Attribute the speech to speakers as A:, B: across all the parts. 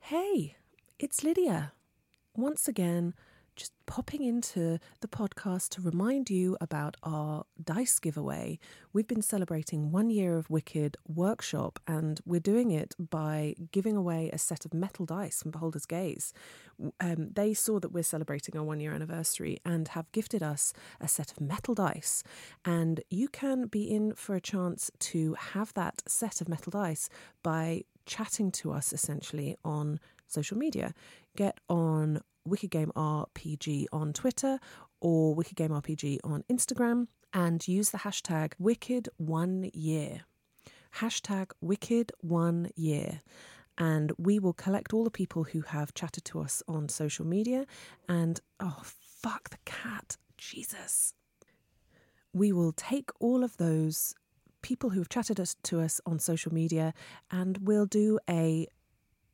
A: Hey, it's Lydia. Once again, just popping into the podcast to remind you about our dice giveaway. We've been celebrating one year of Wicked Workshop, and we're doing it by giving away a set of metal dice from Beholder's Gaze. Um, they saw that we're celebrating our one year anniversary and have gifted us a set of metal dice. And you can be in for a chance to have that set of metal dice by chatting to us essentially on social media. Get on Wicked Game RPG on Twitter or Wicked Game RPG on Instagram and use the hashtag Wicked One Year. Hashtag Wicked One Year. And we will collect all the people who have chatted to us on social media. And oh, fuck the cat. Jesus we will take all of those people who have chatted us, to us on social media and we'll do a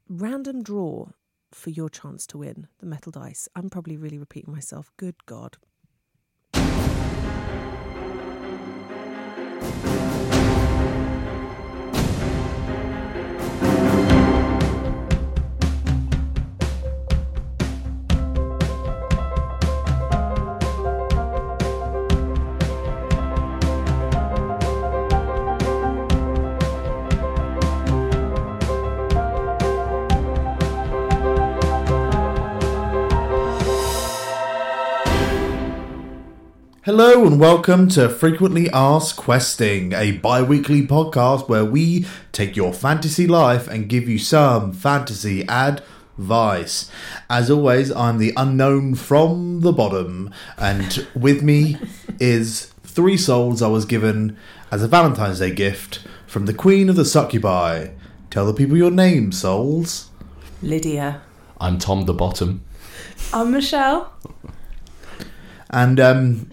A: random draw for your chance to win the metal dice. I'm probably really repeating myself. Good God.
B: Hello and welcome to Frequently Asked Questing, a bi weekly podcast where we take your fantasy life and give you some fantasy advice. As always, I'm the unknown from the bottom, and with me is three souls I was given as a Valentine's Day gift from the Queen of the Succubi. Tell the people your name, souls.
A: Lydia.
C: I'm Tom the Bottom.
D: I'm Michelle.
B: And um,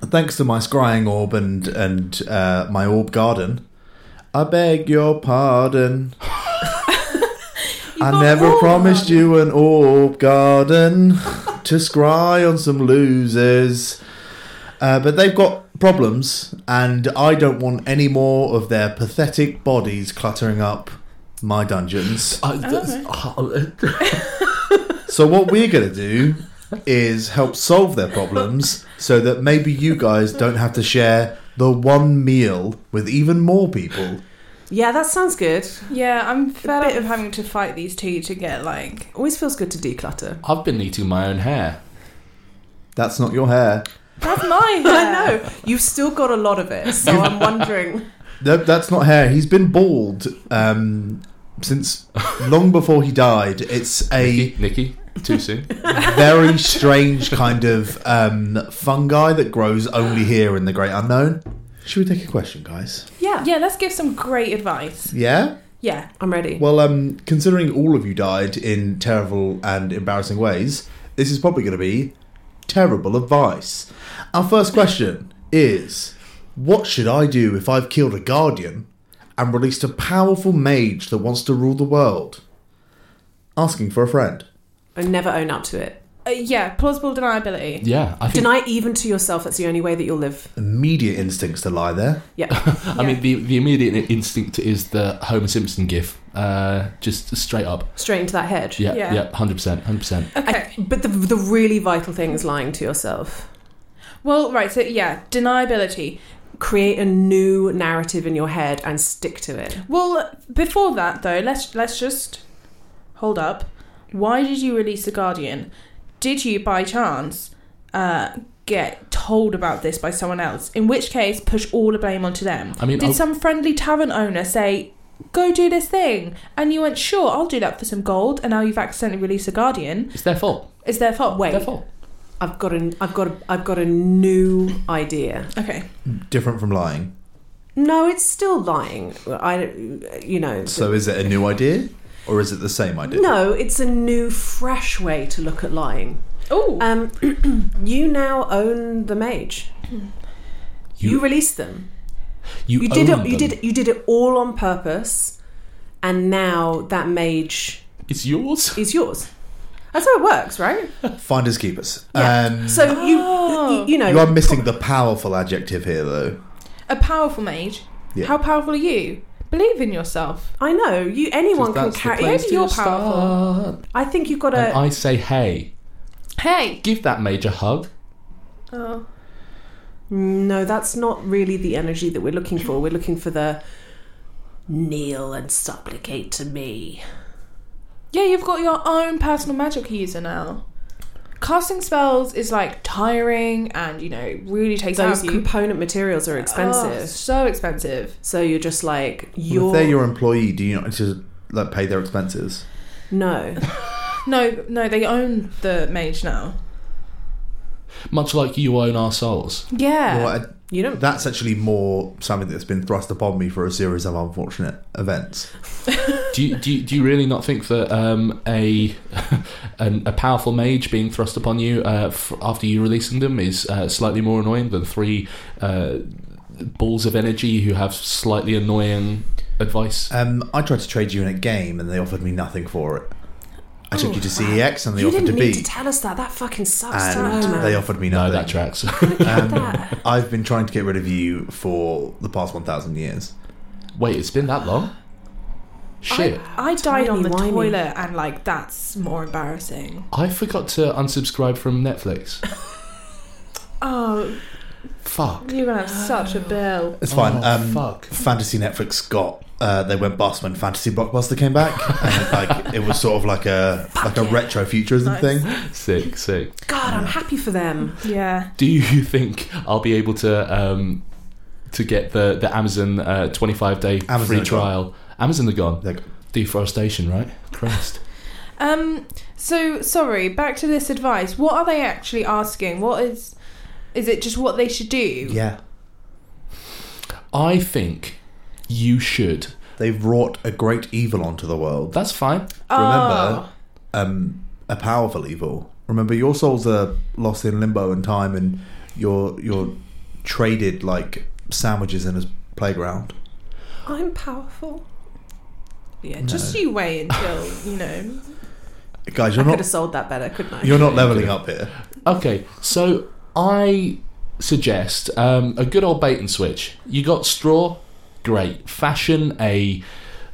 B: thanks to my scrying orb and and uh, my orb garden, I beg your pardon. I never promised you an orb garden to scry on some losers, uh, but they've got problems, and I don't want any more of their pathetic bodies cluttering up my dungeons.
A: Oh,
C: I, that's- oh, uh,
B: So what we're going to do is help solve their problems so that maybe you guys don't have to share the one meal with even more people.
A: Yeah, that sounds good.
D: Yeah, I'm fed
A: bit
D: up of having to fight these two to get like.
A: Always feels good to declutter.
C: I've been eating my own hair.
B: That's not your hair.
D: That's my hair.
A: I know. You've still got a lot of it, so I'm wondering.
B: Nope, that's not hair. He's been bald um, since long before he died. It's a
C: Nikki, too soon.
B: very strange kind of um, fungi that grows only here in the great unknown. Should we take a question, guys?
A: Yeah,
D: Yeah, let's give some great advice.
B: Yeah.
D: Yeah.
A: I'm ready.
B: Well, um, considering all of you died in terrible and embarrassing ways, this is probably going to be terrible advice. Our first question is What should I do if I've killed a guardian and released a powerful mage that wants to rule the world? Asking for a friend.
A: I never own up to it.
D: Uh, yeah, plausible deniability.
C: Yeah, I think.
A: Deny even to yourself that's the only way that you'll live.
B: Immediate instincts to lie there.
A: Yeah.
C: I mean, the, the immediate instinct is the Homer Simpson gif. Uh, just straight up.
A: Straight into that hedge.
C: Yeah,
D: Yeah.
C: yeah, hundred percent, hundred percent.
D: Okay.
A: But the, the really vital thing is lying to yourself.
D: Well, right, so yeah, deniability.
A: Create a new narrative in your head and stick to it.
D: Well, before that though, let's let's just hold up. Why did you release the Guardian? Did you by chance uh, get told about this by someone else? In which case, push all the blame onto them.
C: I mean, oh
D: Did
C: I-
D: some friendly tavern owner say, "Go do this thing," and you went, "Sure, I'll do that for some gold," and now you've accidentally released a guardian?
C: it's their fault.
D: It's their fault.
A: Wait.
C: Their fault.
A: I've got a, I've got a, I've got a new idea.
D: Okay.
B: Different from lying.
A: No, it's still lying. I, you know.
B: So is it a new idea or is it the same idea?
A: no, it's a new, fresh way to look at lying.
D: Oh,
A: Um, you now own the mage. You,
C: You-
A: released them.
C: You,
A: You did
C: own
A: it. You
C: them.
A: did. You did it all on purpose, and now that mage
C: It's yours.
A: is yours. That's how it works, right?
B: Finders keepers.
A: Yeah.
B: Um,
A: So you,
D: Oh.
A: you, you know,
B: you are missing the powerful adjective here, though.
D: a powerful mage.
B: Yeah.
D: How powerful are you? Believe in yourself.
A: I know you. Anyone can
C: that's the
A: carry.
C: place
D: Maybe you're
C: to
D: powerful.
C: start.
A: I think you've got
C: And
A: to.
C: I say, hey,
D: Hey.
C: give that major hug.
D: Oh.
A: No, that's not really the energy that we're looking for. We're looking for the kneel and supplicate to me.
D: Yeah, you've got your own personal magic user now. Casting spells is like tiring and you know really takes
A: Those
D: out of you.
A: component materials are
D: Oh,
A: expensive,
D: so expensive.
A: so you're just like
B: Well,
A: you're
B: if they're your employee, do you not need to like pay their expenses?
A: no.
D: No, no, they own the mage now.
C: Much like you own our souls.
D: Yeah.
B: Well, I-
A: You don't.
B: that's actually more something that's been thrust upon me for a series of unfortunate events.
C: Do you, do you, do you really not think that um, a an, a powerful mage being thrust upon you uh, f- after you releasing them is uh, slightly more annoying than three uh, balls of energy who have slightly annoying advice?
B: Um, I tried to trade you in a game, and they offered me nothing for it. I took you to CEX, and they
A: Oh, You
B: offered to
A: didn't need to
B: beat,
A: tell us that. That fucking sucks.
B: and
A: Dad.
B: they offered me
C: no,
B: nothing. Um,
C: that tracks.
A: that.
B: I've been trying to get rid of you for the past one thousand years.
C: Wait, it's been that long? Shit.
D: I died on the
A: Timey-wimey.
D: toilet and like that's more embarrassing.
C: I forgot to unsubscribe from Netflix.
D: Oh,
C: Fuck.
D: you're gonna have such a bill.
B: It's fine.
C: Oh,
B: um,
C: fuck.
B: Fantasy Netflix got uh, they went bust when Fantasy Blockbuster came back, and like it was sort of like a like a retro futurism
D: Nice.
B: thing.
C: Sick, sick.
A: God, I'm happy for them.
D: Yeah.
C: Do you think I'll be able to um, to get the the Amazon uh, twenty five day
B: Amazon are
C: free
B: gone.
C: trial? Amazon are gone.
B: They're gone.
C: Deforestation, right? Christ.
D: Um. So sorry. Back to this advice. What are they actually asking? What is? Is it just what they should do?
B: Yeah,
C: I think you should.
B: they've wrought a great evil onto the world.
C: That's fine.
B: Remember,
D: Oh,
B: um, a powerful evil. Remember, your souls are lost in limbo and time, and you're you're traded like sandwiches in a playground.
A: I'm powerful.
D: Yeah. Just you wait until you know.
B: Guys, you're
A: I could
B: not
A: have sold that better, couldn't I?
B: you're not leveling up here.
C: Okay, so I suggest um, a good old bait and switch. You got straw, great. Fashion a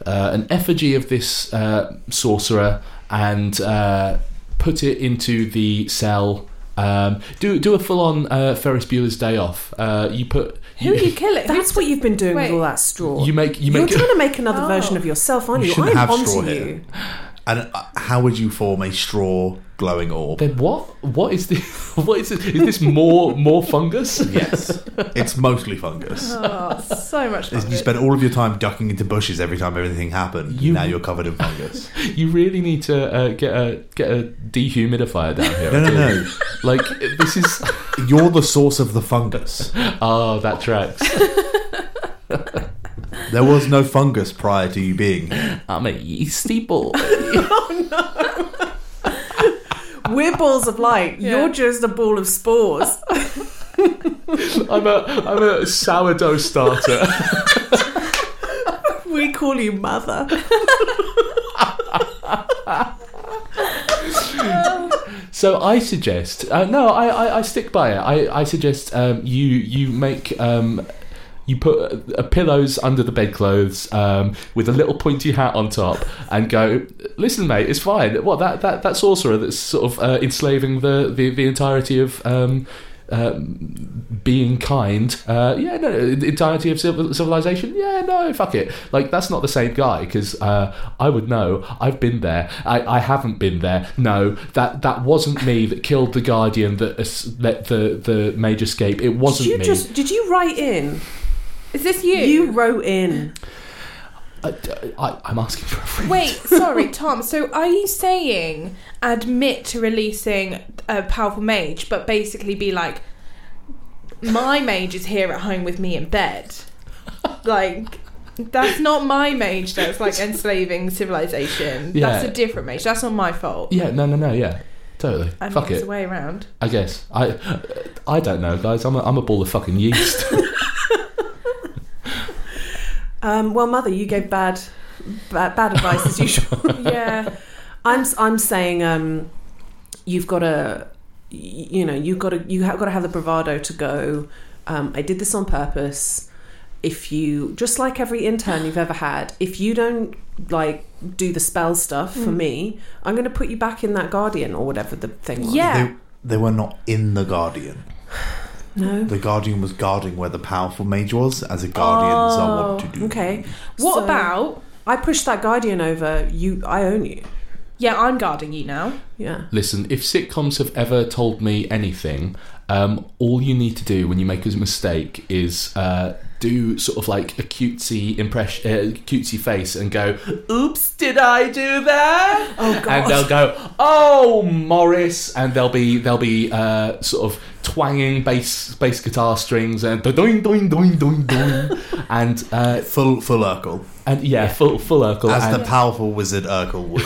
C: uh, an effigy of this uh, sorcerer and uh, put it into the cell. Um, do do a full on uh, Ferris Bueller's Day Off. Uh, you put
D: Who are you killing?
A: That's what you've been doing
D: Wait.
A: with all that straw.
C: you make you
A: You are
C: make
A: trying to make another
D: Oh.
A: version of yourself, aren't
B: You
A: you? I'm
B: shouldn't have
A: onto
B: straw
A: you.
B: here. And uh, how would you form a straw glowing orb?
C: Then what? What is this? What is this? Is this more more fungus?
B: Yes, it's mostly fungus.
D: Oh, so much.
B: It's-
D: fun.
B: You spent all of your time ducking into bushes every time everything happened.
C: You-
B: now you're covered in fungus.
C: You really need to uh, get a get a dehumidifier down here.
B: No, no,
C: do you?
B: no.
C: Like this is.
B: You're the source of the fungus.
C: Oh, that tracks.
B: There was no fungus prior to you being here.
C: I'm a yeasty boy.
A: We're balls of light.
D: Yeah.
A: You're just a ball of spores.
C: I'm a I'm a sourdough starter.
A: we call you mother.
C: So I suggest uh, no, I, I, I stick by it. I, I suggest um, you you make um, you put uh, pillows under the bedclothes um, with a little pointy hat on top and go. Listen, mate, it's fine. What that that, that sorcerer that's sort of uh, enslaving the, the the entirety of. Um, um, being kind, uh, yeah, no, the entirety of civil, civilization, yeah, no, fuck it. Like that's not the same guy because uh, I would know. I've been there. I, I haven't been there. No, that that wasn't me that killed the guardian that es- let the the mage escape. It
A: Did
C: wasn't
A: you
C: me.
A: just? Did you write in?
D: Is this you?
A: You wrote in.
C: I, I, I'm asking for a friend.
D: Wait, sorry, Tom. So are you saying admit to releasing a powerful mage, but basically be like, my mage is here at home with me in bed? Like, that's not my mage that's like enslaving civilization. That's
C: Yeah.
D: a different mage. That's not my fault.
C: Yeah, no, no, no, yeah, totally.
D: I mean,
C: Fuck
D: it's
C: it.
D: the way around.
C: I guess I, I don't know, guys. I'm a, I'm a ball of fucking yeast.
A: Um, well, mother, you gave bad, bad, bad advice as usual.
D: yeah.
A: I'm s- I'm saying um, you've got to, you know, you've got to you have got to have the bravado to go. Um, I did this on purpose. if you just like every intern you've ever had, if you don't like do the spell stuff for
D: Mm.
A: me, I'm going to put you back in that guardian or whatever the thing was.
D: Yeah.
B: They, they were not in the Guardian.
A: No.
B: The Guardian was guarding where the powerful mage was. As a Guardian, so I wanted to do.
A: Oh, Okay.
D: What
A: So-
D: about?
A: I pushed that guardian over. You, I own you.
D: Yeah, I'm guarding you now.
A: Yeah.
C: Listen, if sitcoms have ever told me anything, um, all you need to do when you make a mistake is uh, do sort of like a cutesy impress, uh, cutesy face, and go, "Oops, did I do that?"
A: Oh God.
C: And they'll go, "Oh, Morris," and they'll be they'll be uh, sort of twanging bass bass guitar strings and doing doing doing doing doing, and uh,
B: Full, full Urkel,
C: and yeah, full full circle.
B: as
C: and,
B: the powerful wizard Urkel would.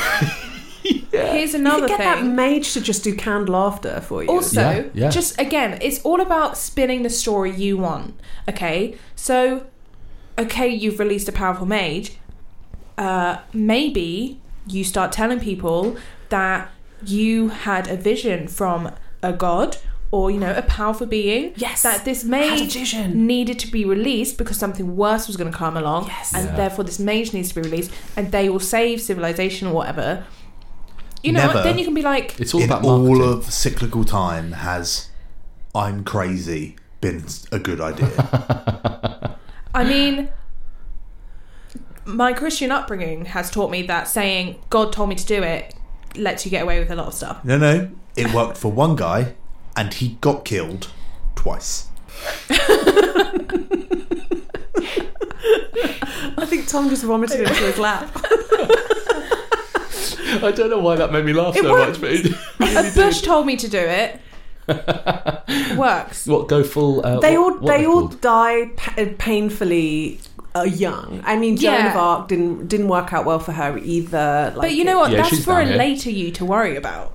D: Here's
A: you
D: another
A: could get that
D: thing.
A: mage to just do canned laughter for you.
D: Also,
C: Yeah, yeah.
D: just again, it's all about spinning the story you want. Okay, so okay, you've released a powerful mage. Uh, maybe you start telling people that you had a vision from a god or you know a powerful being
A: yes.
D: that this
A: had a
D: mage
A: vision.
D: needed to be released because something worse was going to come along,
A: Yes.
D: and
C: Yeah.
D: therefore this mage needs to be released, and they will save civilization or whatever. You know,
B: Never.
D: then you can be like,
C: it's all
B: in
C: about
B: all
C: marketing.
B: of cyclical time, has I'm crazy been a good idea?
D: I mean, my Christian upbringing has taught me that saying "God told me to do it" lets you get away with a lot of stuff.
B: no, no, it worked for one guy, and he got killed twice.
A: I think Tom just vomited into his lap.
C: I don't know why that made me laugh
D: It
C: so much,
D: worked.
C: but it
D: a Uh, bush told me to do it. Works.
C: What go full? Uh,
A: They
C: what-
A: all
C: what are
A: they
C: they
A: all
C: called?
A: die pa- uh, painfully uh, young. I mean, Joan
D: Yeah.
A: of Arc didn't didn't work out well for her either. Like
D: But you know what?
C: Yeah,
D: That's
C: she's
D: for
C: down
D: a
C: here.
D: later you to worry about.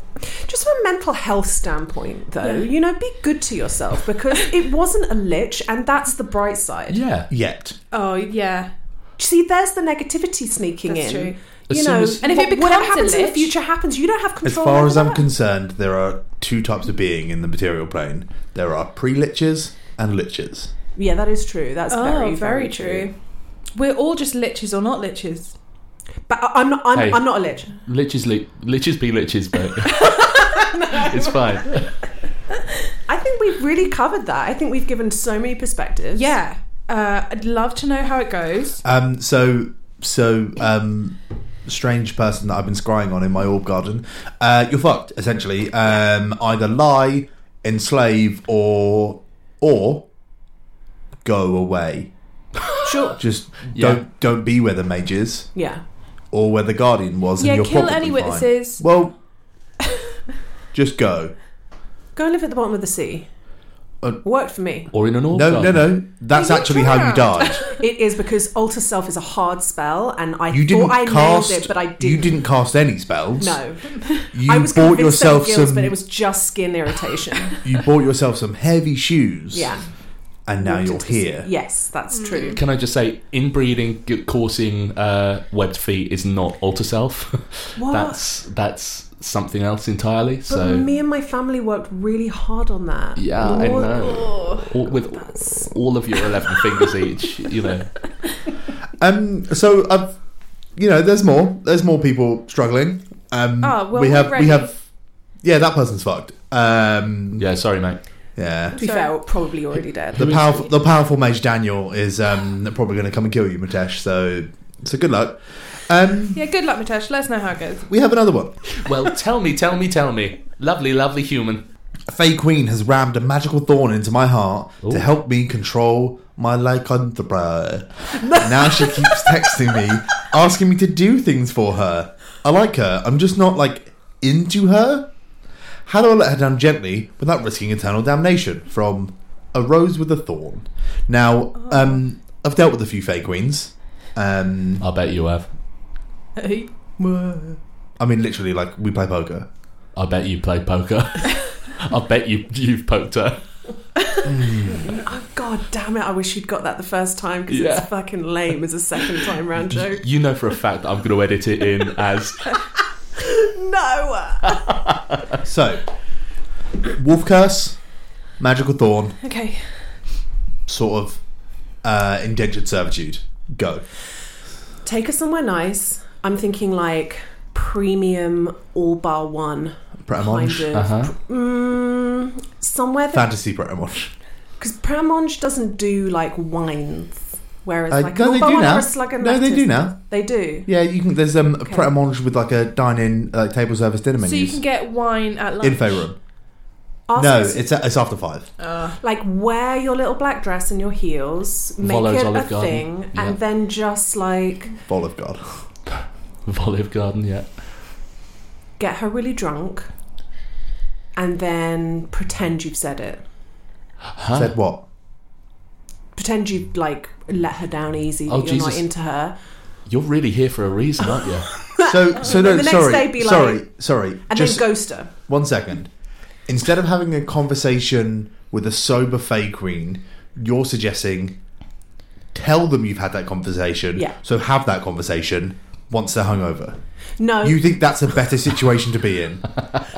A: Just from a mental health standpoint, though, you know, be good to yourself because it wasn't a lich, and that's the bright side.
C: Yeah.
B: Yet,
D: Oh yeah,
A: See, there's the negativity sneaking
D: That's
A: in.
D: true.
A: You
C: As soon
A: know,
C: as-
D: And if it
A: wh- whatever
D: becomes a
A: happens in the
D: lich-
A: future happens. You don't have
B: as
A: control.
B: far
A: over
B: as I'm
A: that.
B: concerned, there are two types of being in the material plane. There are pre-liches and liches.
A: yeah, that is true. That's
D: Oh,
A: very, very
D: We're all just liches or not liches.
A: But I- I'm not. I'm,
C: Hey.
A: I'm not a lich.
C: Liches, li- liches be liches, but it's fine.
A: I think we've really covered that. I think we've given so many perspectives.
D: Yeah. Uh, I'd love to know how it goes.
B: Um, so, so um, strange person that I've been scrying on in my orb garden. Uh, you're fucked essentially. Um, either lie, enslave, or or go away.
A: Sure.
B: Just
C: Yeah.
B: don't don't be where the mage is
A: Yeah.
B: or where the guardian was.
D: Yeah,
B: and you're
D: kill
B: probably
D: any
B: fine.
D: witnesses.
B: Well, just go.
A: Go and live at the bottom of the sea.
B: Uh,
A: Worked for me.
C: Or in an orb
B: No, no,
C: garden.
B: no. That's
D: You
B: actually how you
D: drowned.
B: died.
A: It is because alter self is a hard spell, and I
B: You didn't
A: thought I
B: cast.
A: nailed it, but I didn't.
B: You didn't cast any spells.
A: No,
B: you
A: I was
B: bought
A: convinced
B: yourself
A: of gills,
B: some.
A: but it was just skin irritation.
B: you bought yourself some heavy shoes.
A: yeah.
B: and now
A: Walked
B: you're
A: into the sea.
B: here.
A: Yes, that's true.
C: Can I just say, inbreeding, g- coursing uh, webbed feet is not alter self.
A: What?
C: that's that's something else entirely.
A: But
C: So
A: me and my family worked really hard on that.
C: yeah, I
A: All-
C: know.
D: Oh.
C: All, with
A: that's-
C: all of your eleven fingers each, you know.
B: Um. So I've, you know, there's more. There's more people struggling. Um.
D: Oh, well,
B: we
D: we're
B: have.
D: ready.
B: We have. Yeah, that person's fucked. Um.
C: Yeah, sorry, mate.
B: Yeah.
A: To be fair, we're probably already dead.
B: The powerful, the powerful mage Daniel is um probably going to come and kill you, Matesh. So, so good luck. Um.
D: Yeah, good luck, Matesh. Let us know how it goes.
B: We have another one.
C: Well, tell me, tell me, tell me. Lovely, lovely human.
B: A Fey Queen has rammed a magical thorn into my heart to
C: Ooh.
B: help me control my lycanthropy. now she keeps texting me, asking me to do things for her. I like her, I'm just not like into her. How do I let her down gently without risking eternal damnation from a rose with a thorn? Now, um, I've dealt with a few Fey Queens. Um,
C: I bet you have.
B: I mean, literally, like, we play poker.
C: I bet you play poker. I bet you you've poked her.
A: Oh, God damn it! I wish you'd got that the first time because
C: Yeah.
A: it's fucking lame as a second time round joke.
C: You know for a fact that I'm going to edit it in as
A: No.
B: So, Wolf Curse, Magical Thorn,
D: Okay.
B: sort of uh, indentured servitude. Go.
A: Take us somewhere nice. I'm thinking like premium all bar one kind
B: Pretty
A: of
C: Uh huh.
A: mm, somewhere that
B: Fantasy Pretty
A: because Pramonge doesn't do like wines, whereas
B: Uh,
A: like an
B: no, they
A: all bar
B: do
A: one
B: now.
A: or a slug and
B: No, they
A: lettuce-
B: do now.
A: They do.
B: Yeah, you can. There's um, a
A: Okay.
B: Pret a Manger with like a dine-in, like table service dinner
D: So you
B: menus.
D: can get wine at lunch.
B: Info room.
A: Ask
B: no,
A: us,
B: it's it's after five.
D: Ugh.
A: like wear your little black dress and your heels, make
C: Follows
A: it a
C: Olive Garden.
A: thing,
C: Yeah.
A: and then just like
B: Fall of God.
C: Olive Garden. Yeah.
A: get her really drunk, and then pretend you've said it.
C: Huh?
B: Said what?
A: Pretend you like let her down easy.
C: Oh,
A: that you're
C: Jesus.
A: not into her.
C: You're really here for a reason, aren't you?
B: So so no.
A: the next
B: sorry,
A: day be like-
B: sorry, sorry.
A: And
B: Just
A: then ghost her.
B: one second. Instead of having a conversation with a sober fay queen, you're suggesting tell them you've had that conversation.
A: Yeah.
B: So have that conversation once they're hungover.
A: No,
B: You think that's a better situation to be in?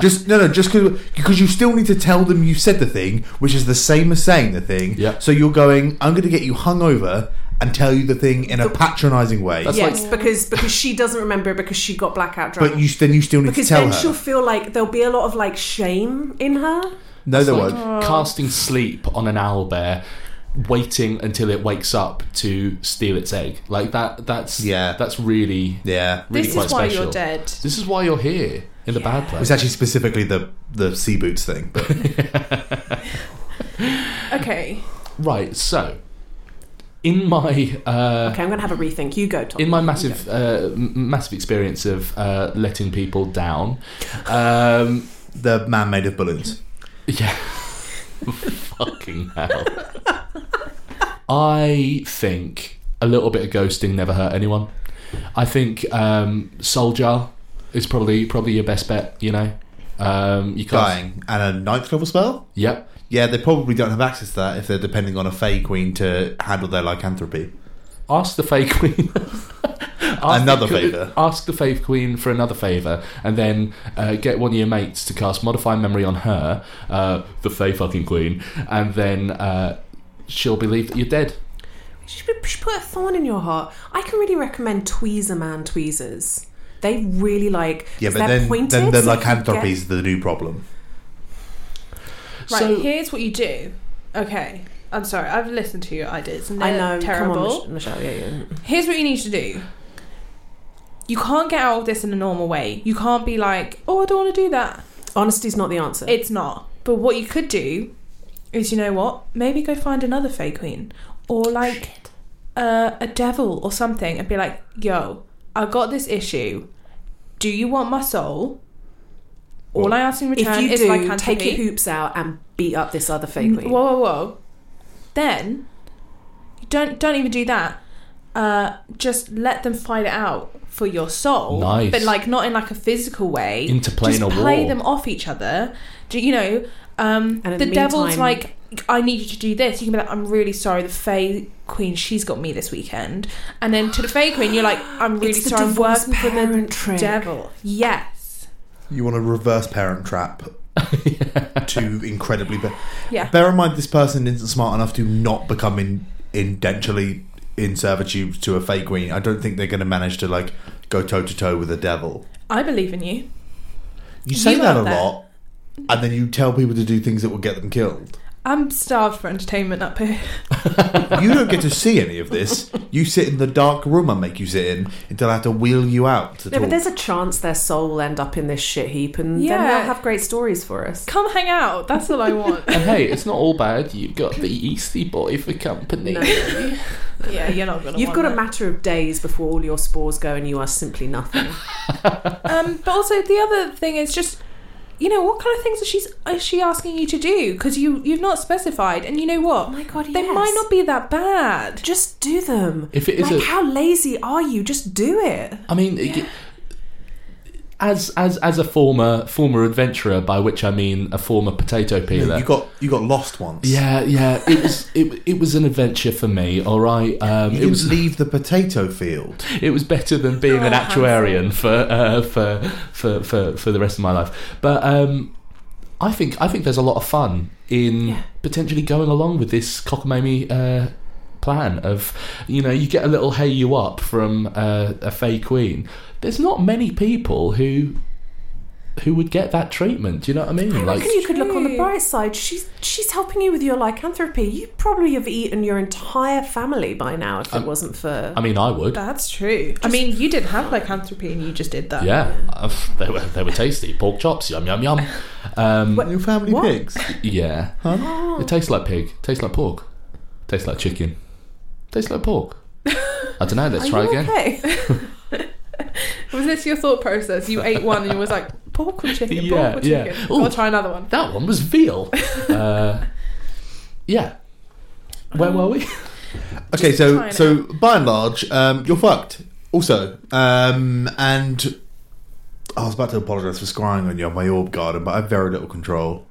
B: Just no, no. Just because you still need to tell them you said the thing, which is the same as saying the thing.
C: Yeah.
B: So you're going. I'm going to get you hungover and tell you the thing in a patronising way.
C: That's
A: yes,
C: like-
A: because because she doesn't remember it because she got blackout drunk.
B: But you then you still need
A: because
B: to tell
A: then she'll
B: her.
A: feel like there'll be a lot of like shame in her.
B: No, there
C: It's like
B: won't.
D: Oh.
C: Casting sleep on an owl bear, waiting until it wakes up to steal its egg. Like that. That's
B: Yeah.
C: That's really
B: Yeah.
C: really
D: this
C: quite
D: is why
C: special.
D: you're dead.
C: This is why you're here in the bad place.
B: It's actually specifically the the sea boots thing. But
D: Okay.
C: Right. So, in my uh,
A: Okay, I'm gonna have a rethink. You go, Tom.
C: in my
A: You
C: massive uh, m- massive experience of uh, letting people down, um,
B: the man made of balloons.
C: yeah, fucking hell. I think a little bit of ghosting never hurt anyone. I think um, Soul Jar is probably probably your best bet. You know, um, you can't.
B: Dying and a ninth level spell.
C: Yep.
B: Yeah, they probably don't have access to that if they're depending on a fay queen to handle their lycanthropy.
C: Ask the Fae Queen. Ask
B: Another
C: the,
B: favour.
C: Ask the Fae Queen for another favour, and then uh, get one of your mates to cast Modify Memory on her, uh, the Fae fucking Queen, and then uh, she'll believe that you're dead.
A: go. She should she should put a thorn in your heart. I can really recommend Tweezer Man tweezers. They really like.
B: Yeah,
A: 'cause
B: but
A: they're
B: then
A: pointed,
B: then the
A: so you can
B: lycanthropy
A: get-
B: is the new problem.
D: Right,
C: So-
D: here's what you do. Okay. I'm sorry, I've listened to your ideas and
A: I
D: they're
A: know.
D: terrible.
A: Come on, Mich- Michelle. Yeah, yeah.
D: Here's what you need to do. You can't get out of this in a normal way. You can't be like, oh, I don't want to do that.
A: Honesty's not the answer.
D: It's not. But what you could do is, you know what? Maybe go find another Fae Queen or like uh, a devil or something and be like, yo, I got this issue. Do you want my soul? All
B: Well,
D: I ask in
A: if
D: return
A: you
D: is
A: do,
D: like
A: take your hoops out and beat up this other fake
D: Whoa,
A: queen.
D: whoa, whoa! Then you don't don't even do that. Uh, just let them fight it out for your soul,
C: Nice.
D: but like not in like a physical way.
C: Interplanar
D: just play
C: war.
D: them off each other. Do you know? Um,
A: And in
D: the
A: the
D: devil's
A: meantime-
D: like, I need you to do this. You can be like, I'm really sorry. The Fae Queen, she's got me this weekend. And then to the Fae Queen, you're like, I'm really
A: it's the
D: sorry. I'm
A: divorce
D: working for the
A: parent trick.
D: devil. Yes.
B: You want a reverse parent trap to incredibly. Be-
D: Yeah.
B: Bear in mind, this person isn't smart enough to not become in, indenturally in servitude to a fake queen. I don't think they're going to manage to like go toe to toe with a devil.
D: I believe in you.
B: You say
D: You
B: that a
D: are there.
B: lot, and then you tell people to do things that will get them killed.
D: I'm starved for entertainment up here.
B: You don't get to see any of this. You sit in the dark room I make you sit in until I have to wheel you out to
A: No,
B: talk.
A: but there's a chance their soul will end up in this shit heap, and then
D: Yeah.
A: they'll have great stories for us.
D: Come hang out. That's all I want.
C: And hey, it's not all bad. You've got the Eastie Boy for company.
A: No.
D: Yeah, you're not gonna.
A: You've
D: want
A: got a
D: that.
A: matter of days before all your spores go, and you are simply nothing.
D: Um, but also the other thing is just, you know, what kind of things is she's is she asking you to do? Because you you've not specified, and you know
A: Oh
D: what,
A: my god,
D: they
A: yes.
D: might not be that bad.
A: Just do them.
C: If it is
A: like,
C: a-
A: how lazy are you? Just do it.
C: I mean, y- as as as a former former adventurer, by which I mean a former potato peeler.
B: you got you got lost once.
C: yeah, yeah, it was it, it was an adventure for me. All right, um,
B: You
C: it
B: didn't
C: was
B: leave the potato field.
C: it was better than being an
D: Oh,
C: actuarian for, uh, for for for for the rest of my life. But um, I think I think there's a lot of fun in
A: Yeah.
C: potentially going along with this cockamamie uh, plan of, you know, you get a little hey you up from uh, a Fae Queen. There's not many people who who would get that treatment. Do you know what I mean?
E: I
C: Like,
E: reckon you could look on the
A: True.
E: bright side. She's she's helping you with your lycanthropy. You probably have eaten your entire family by now if it
C: Um,
E: wasn't for.
C: I mean, I would.
D: That's true. I mean, you didn't have lycanthropy and you just did that.
C: Yeah, I've- Uh, they were they were tasty. Pork chops, yum yum yum. Um,
B: Your family
E: What?
B: pigs.
C: yeah, it tastes like pig. Tastes like pork. Tastes like chicken. Tastes like pork. I don't know. Let's
E: Are
C: try
E: you
C: again.
E: okay?
D: Was this your thought process? You ate one and you was like, pork or chicken,
C: Yeah,
D: pork or
C: yeah.
D: chicken.
C: Ooh.
D: I'll try another one.
C: That one was veal. Uh, yeah.
E: Um,
C: Where were we?
B: Okay,
D: Just
B: so
D: try it
B: so by and large, um, you're fucked. Also, um, and I was about to apologise for scrying on you on my orb garden, but I have very little control.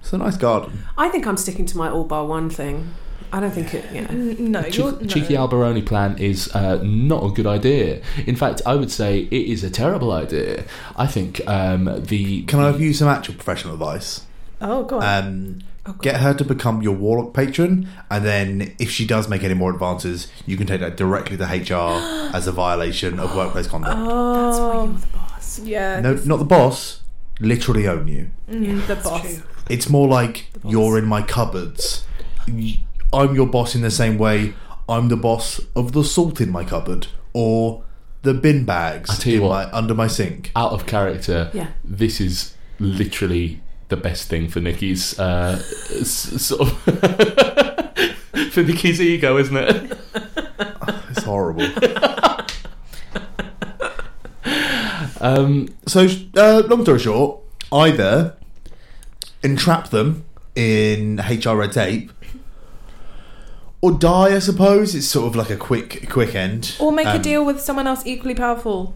B: It's a nice garden.
E: I think I'm sticking to my all bar one thing. I don't think it. Yeah.
D: N- No,
C: Cheek-
D: you're, no.
C: Cheeky Alberoni plan is uh, not a good idea. In fact, I would say it is a terrible idea. I think um, the
B: Can I give you some actual professional advice?
D: Oh, God.
C: Uh,
B: Um,
E: Oh, God.
B: get her to become your warlock patron, and then if she does make any more advances, you can take that directly to HR as a violation of workplace conduct.
E: That's why
D: oh,
E: you're the boss.
D: yeah.
B: No, not the boss. Literally own you.
D: Mm, the boss.
E: true.
B: It's more like
E: boss.
B: you're in my cupboards. Y- I'm your boss in the same way I'm the boss of the salt in my cupboard or the bin bags
C: I tell you
B: in
C: what.
B: my- under my sink.
C: out of character,
E: Yeah.
C: this is literally the best thing for Nikki's uh, s- sort of for Nikki's ego, isn't it?
B: It's horrible.
C: Um,
B: so, uh, long story short, either entrap them in HR red tape or die, I suppose. It's sort of like a quick quick end.
D: Or make a
B: Um,
D: deal with someone else equally powerful.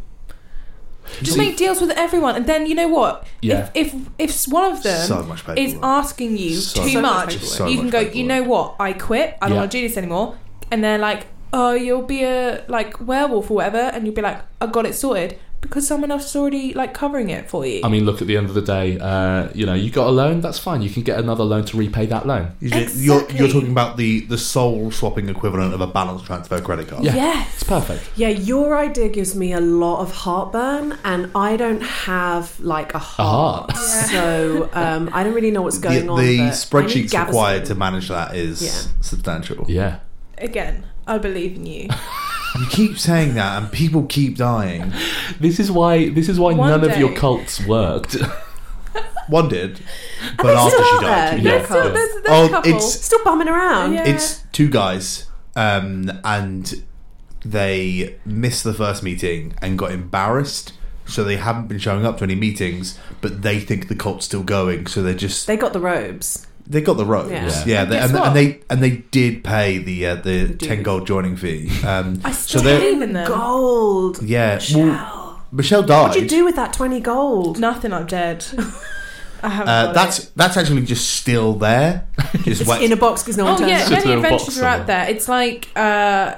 D: Just
C: See-
D: make deals with everyone, and then you know what?
C: Yeah.
D: If if, if one of them
B: So much
D: is
B: paperwork.
D: asking you
B: So
D: too
E: much
D: much,
E: paperwork.
B: So
D: you can
B: much
D: go. You
B: paperwork.
D: know what? I quit. I don't
C: Yeah.
D: want to do this anymore. And they're like, "Oh, you'll be a like werewolf or whatever," and you'll be like, "I got it sorted." Because someone else is already like covering it for you.
C: I mean, look at the end of the day. Uh, you know, you got a loan. That's fine. You can get another loan to repay that loan.
B: You did- You're,
D: Exactly.
B: you're talking about the, the soul swapping equivalent of a balance transfer credit card.
C: Yeah. It's
D: yes.
C: perfect.
E: Yeah, your idea gives me a lot of heartburn, and I don't have like a heart,
C: heart.
E: so um, I don't really know what's going
B: the,
E: on.
B: the
E: but I need
B: spreadsheets
E: Gavin-
B: required to manage that is
E: Yeah.
B: substantial.
C: Yeah.
D: Again, I believe in you.
B: You keep saying that, and people keep dying.
C: This is why. This is why
D: One
C: none of
D: day.
C: your cults worked.
B: One did, but
E: they're
B: after
E: still
B: she
E: out
B: died,
E: there.
C: Yeah.
D: There's still- there's- there's a
B: Oh,
D: couple.
B: it's-
E: Still bumming around.
D: Yeah.
B: it's two guys, um, and they missed the first meeting and got embarrassed, so they haven't been showing up to any meetings. But they think the cult's still going, so they're just
E: They got the robes.
B: they got the ropes.
E: Yeah.
C: Yeah.
B: Yeah, they,
D: Guess
B: and,
D: what?
B: and they and they did pay the uh, the
E: did.
B: ten gold joining fee. Um,
D: I
B: so
D: still
B: they
D: believe in them.
E: Gold.
B: yeah, well,
E: Michelle.
B: Michelle died.
E: What'd you do with that twenty gold?
D: Nothing. I'm dead. I haven't.
B: Uh,
D: got
B: that's
D: it.
B: that's actually just still there. Just wait.
E: In a box because no one
D: Oh
E: turns
D: yeah,
E: up.
C: Sit
D: many
C: in a box
D: adventures are out
C: somewhere.
D: there. It's like uh,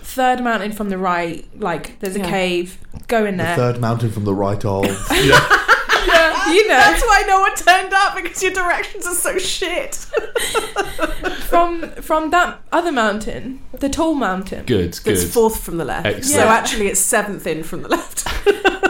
D: third mountain from the right. Like there's a
E: Yeah.
D: cave. Go in
B: the
D: there.
B: third mountain from the right of.
D: you know,
E: That's why no one turned up because your directions are so shit.
D: from from that other mountain, the tall mountain.
C: good.
E: It's
C: Good.
E: fourth from the left.
C: Excellent.
E: So actually, it's seventh in from the left.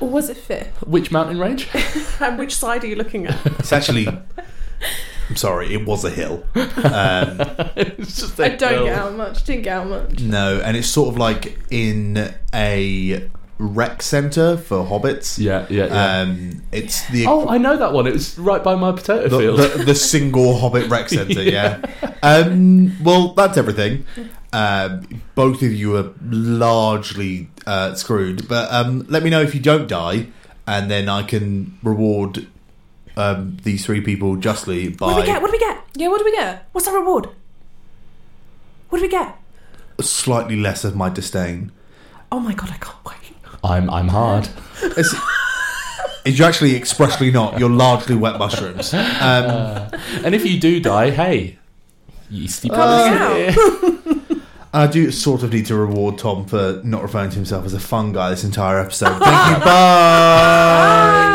D: Or was it fifth?
C: Which mountain range?
E: and which side are you looking at?
B: It's actually. I'm sorry, it was a hill. Um,
C: it's just
D: I
C: a
D: don't
C: hill.
D: get how much. Didn't get how much.
B: no, and it's sort of like in a rec center for hobbits.
C: Yeah. Yeah. Yeah.
B: Um, it's the,
C: Oh, I know that one. It was right by my potato field.
B: the, the the single hobbit rec center. Yeah. Um, well, that's everything. Um, both of you are largely uh, screwed, but um, let me know if you don't die, and then I can reward um, these three people justly
E: What do we get?
B: by
E: What do we get?
D: Yeah, what do we get?
E: What's our reward? What do we get?
B: slightly less of my disdain.
E: Oh my god, I can't wait.
C: I'm I'm hard.
B: It's, you're actually expressly not. You're largely wet mushrooms. Um,
C: And if you do die, hey, yeasty
D: Oh,
B: Um,
C: brothers.
D: yeah.
B: I do sort of need to reward Tom for not referring to himself as a fun guy this entire episode. Thank you. Bye.